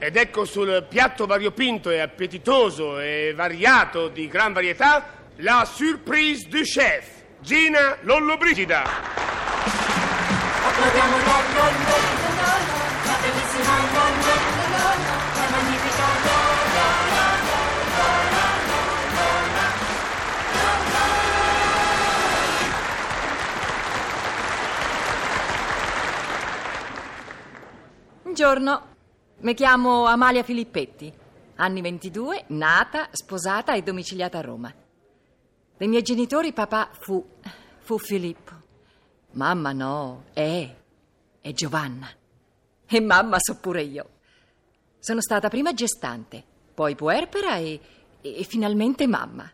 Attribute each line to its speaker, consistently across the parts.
Speaker 1: Ed ecco sul piatto variopinto e appetitoso e variato di gran varietà la surprise du chef, Gina Lollobrigida.
Speaker 2: Buongiorno, mi chiamo Amalia Filippetti, anni 22, nata, sposata e domiciliata a Roma. Dei miei genitori papà fu, fu Filippo, mamma no, è, è Giovanna e mamma so pure io. Sono stata prima gestante, poi puerpera e, e finalmente mamma.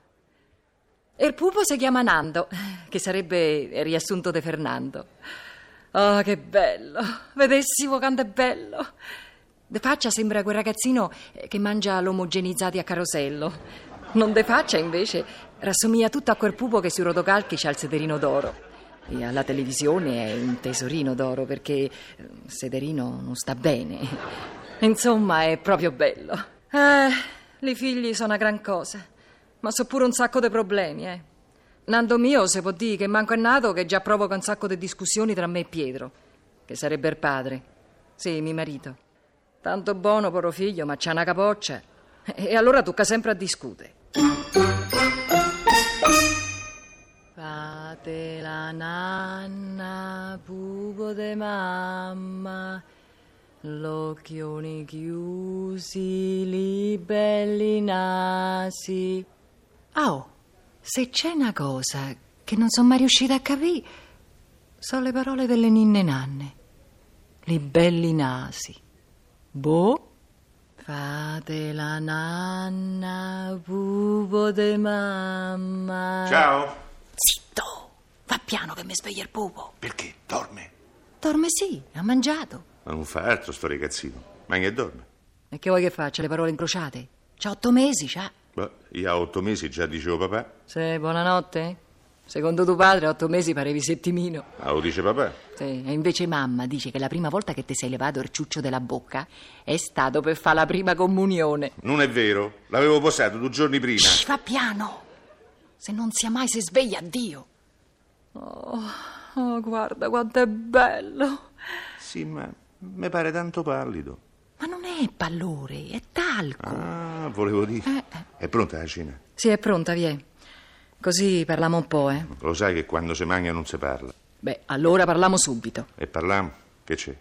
Speaker 2: E il pupo si chiama Nando, che sarebbe riassunto de Fernando. Oh, che bello! Vedessimo quanto è bello! De faccia sembra quel ragazzino eh, che mangia l'omogenizzati a carosello. Non de faccia, invece, rassomiglia tutto a quel pupo che sui rotocalchi c'ha il sederino d'oro. E alla televisione è un tesorino d'oro perché eh, sederino non sta bene. Insomma, è proprio bello. Eh, i figli sono una gran cosa, ma so pure un sacco di problemi, eh. Nando mio, se può dire che manco è nato, che già provoca un sacco di discussioni tra me e Pietro, che sarebbe il padre. Sì, mio marito. Tanto buono, poro figlio, ma c'ha una capoccia. E allora tocca sempre a discutere. Fate la nanna, pupo de mamma, l'occhioni chiusi, libelli nasi. Ah, oh, se c'è una cosa che non sono mai riuscita a capire, sono le parole delle ninne nanne. Libelli nasi. Boh. Fate la nanna, pupo de mamma.
Speaker 3: Ciao.
Speaker 2: Zitto! Va piano che mi sveglia il pupo.
Speaker 3: Perché? Dorme?
Speaker 2: Dorme sì, ha mangiato.
Speaker 3: Ma non fa altro sto ragazzino. Ma che dorme?
Speaker 2: E che vuoi che faccia, le parole incrociate? C'ha otto mesi, c'ha.
Speaker 3: Beh, Boh, io a otto mesi già dicevo papà.
Speaker 2: Sì, buonanotte. Secondo tuo padre a otto mesi parevi settimino.
Speaker 3: Ah, lo dice papà.
Speaker 2: Sì, e invece mamma dice che la prima volta che ti sei levato il ciuccio della bocca è stato per fare la prima comunione.
Speaker 3: Non è vero. L'avevo posato due giorni prima.
Speaker 2: Shh, va piano! Se non sia mai si sveglia, addio. Oh, oh, guarda quanto è bello.
Speaker 3: Sì, ma mi pare tanto pallido.
Speaker 2: Ma non è pallore, è talco. Eh,
Speaker 3: Ah, volevo dire. È pronta la cena?
Speaker 2: Sì, è pronta, vie. Così parliamo un po', eh.
Speaker 3: Lo sai che quando si mangia non si parla.
Speaker 2: Beh, allora parliamo subito.
Speaker 3: E parliamo? Che c'è?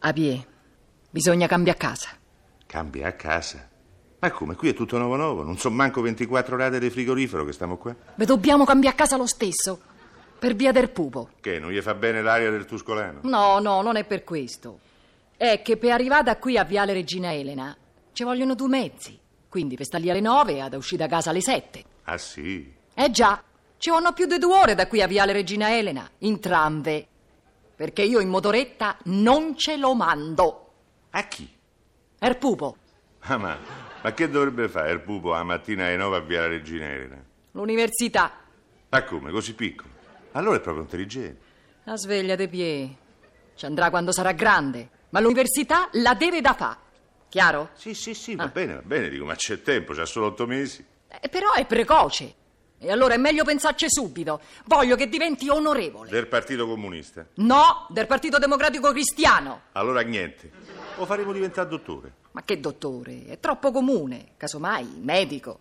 Speaker 2: A pie, bisogna cambiare casa.
Speaker 3: Cambia a casa. Ma come? Qui è tutto nuovo nuovo. Non so manco 24 rate di frigorifero che stiamo qua.
Speaker 2: Beh, dobbiamo cambiare casa lo stesso, per via del pupo.
Speaker 3: Che? Non gli fa bene l'aria del Tuscolano?
Speaker 2: No, no, non è per questo. È che per arrivare da qui a Viale Regina Elena ci vogliono due mezzi. Quindi per stare lì alle nove e ad uscire da casa alle sette.
Speaker 3: Ah sì?
Speaker 2: Eh già, ci vanno più di due ore da qui a Viale Regina Elena, in tramve. Perché io in motoretta non ce lo mando.
Speaker 3: A chi?
Speaker 2: Er pupo.
Speaker 3: Ah, ma, ma che dovrebbe fare il pupo la mattina alle 9 a Via la Regina Elena?
Speaker 2: L'università.
Speaker 3: Ma come, così piccolo? Allora è proprio intelligente.
Speaker 2: La sveglia dei pie. Ci andrà quando sarà grande. Ma l'università la deve da fa. Chiaro?
Speaker 3: Sì, sì, sì, va bene, va bene, dico, ma c'è tempo, c'ha solo otto mesi.
Speaker 2: Eh, però è precoce. E allora è meglio pensarci subito. Voglio che diventi onorevole.
Speaker 3: Del Partito Comunista.
Speaker 2: No, del Partito Democratico Cristiano.
Speaker 3: Allora niente. Lo faremo diventare dottore.
Speaker 2: Ma che dottore, è troppo comune. Casomai, medico.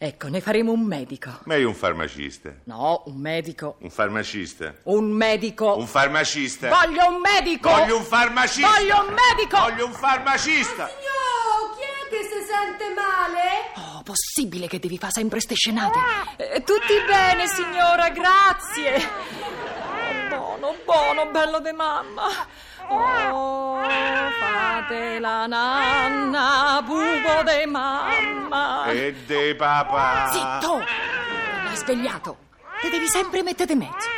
Speaker 2: Ecco, ne faremo un medico.
Speaker 3: Meglio un farmacista.
Speaker 2: No, un medico.
Speaker 3: Un farmacista.
Speaker 2: Un medico.
Speaker 3: Un farmacista.
Speaker 2: Voglio un medico!
Speaker 3: Voglio un farmacista.
Speaker 2: Voglio un medico!
Speaker 3: Voglio un farmacista.
Speaker 4: Signor, chi è che si sente male?
Speaker 2: Oh, possibile che devi fare sempre ste scenate? Eh, tutti bene, signora, grazie. Oh, buono, buono, bello de mamma. Oh, fate la nanna, bubo de mamma.
Speaker 3: E de papà.
Speaker 2: Zitto! L'hai svegliato. Te devi sempre mettere in mezzo.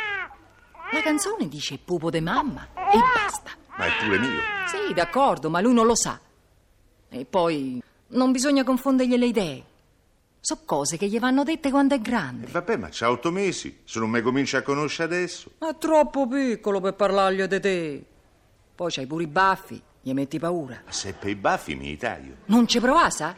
Speaker 2: La canzone dice pupo de mamma e basta.
Speaker 3: Ma è pure mio.
Speaker 2: Sì, d'accordo, ma lui non lo sa. E poi non bisogna confondergli le idee. So cose che gli vanno dette quando è grande.
Speaker 3: Vabbè, ma c'ha otto mesi. Se non mi comincia a conoscere adesso.
Speaker 2: Ma è troppo piccolo per parlargli di te. Poi c'hai pure i baffi, Gli metti paura.
Speaker 3: Se per i baffi mi taglio.
Speaker 2: Non ci provà, sa?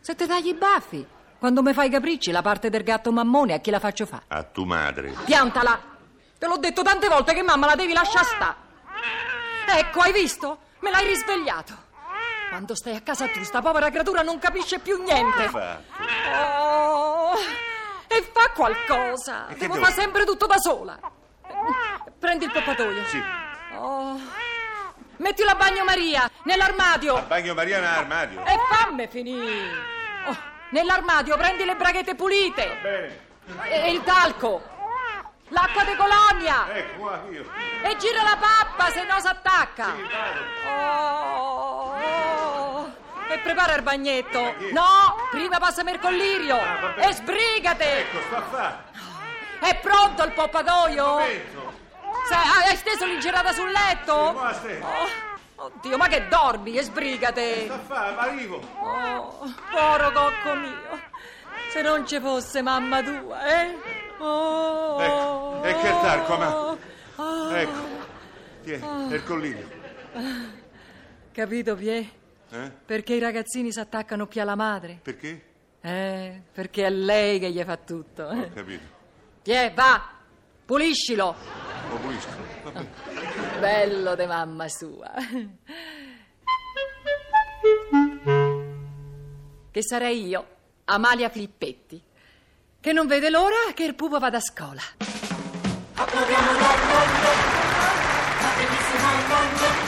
Speaker 2: Se te tagli i baffi, quando mi fai i capricci, la parte del gatto mammone a chi la faccio fa?
Speaker 3: A tu madre.
Speaker 2: Piantala! Te l'ho detto tante volte che mamma la devi lasciare sta. Ecco, hai visto? Me l'hai risvegliato. Quando stai a casa tu, sta povera creatura non capisce più niente. Oh, e fa qualcosa.
Speaker 3: E che
Speaker 2: Devo
Speaker 3: devo-
Speaker 2: fare sempre tutto da sola. Prendi il poppatoio.
Speaker 3: Sì.
Speaker 2: Oh. Mettilo a bagnomaria, nell'armadio.
Speaker 3: Bagno Maria nell'armadio.
Speaker 2: E fammi finire! Oh, nell'armadio prendi le braghette pulite!
Speaker 3: Bene.
Speaker 2: E il talco! L'acqua di colonia!
Speaker 3: Ecco qua io.
Speaker 2: E gira la pappa, se no s'attacca! Oh, e prepara il bagnetto! No! Prima passami il collirio!
Speaker 3: Ah,
Speaker 2: E sbrigate!
Speaker 3: sto a fare.
Speaker 2: È pronto il poppatoio? Se- ah, hai steso l'ingerata sul letto?
Speaker 3: mo la stendo.
Speaker 2: Oh, oddio, ma che dormi e sbrigate!
Speaker 3: a fare, arrivo.
Speaker 2: Oh, povero cocco mio, se non ci fosse mamma tua, eh? Oh.
Speaker 3: Ecco, e che tarco,
Speaker 2: Oh,
Speaker 3: Ecco. Tieni, il collino.
Speaker 2: Capito, Pie?
Speaker 3: Eh?
Speaker 2: Perché i ragazzini si attaccano più alla madre?
Speaker 3: Perché?
Speaker 2: Eh, perché è lei che gli fa tutto. eh.
Speaker 3: Capito.
Speaker 2: Pie, va, puliscilo.
Speaker 3: Lo pulisco. Vabbè.
Speaker 2: Bello de mamma sua. Che sarei io, Amalia Filippetti, che non vede l'ora che il pupo vada a scuola.
Speaker 5: Approviamo la bomba, fatemi suonare il bombo,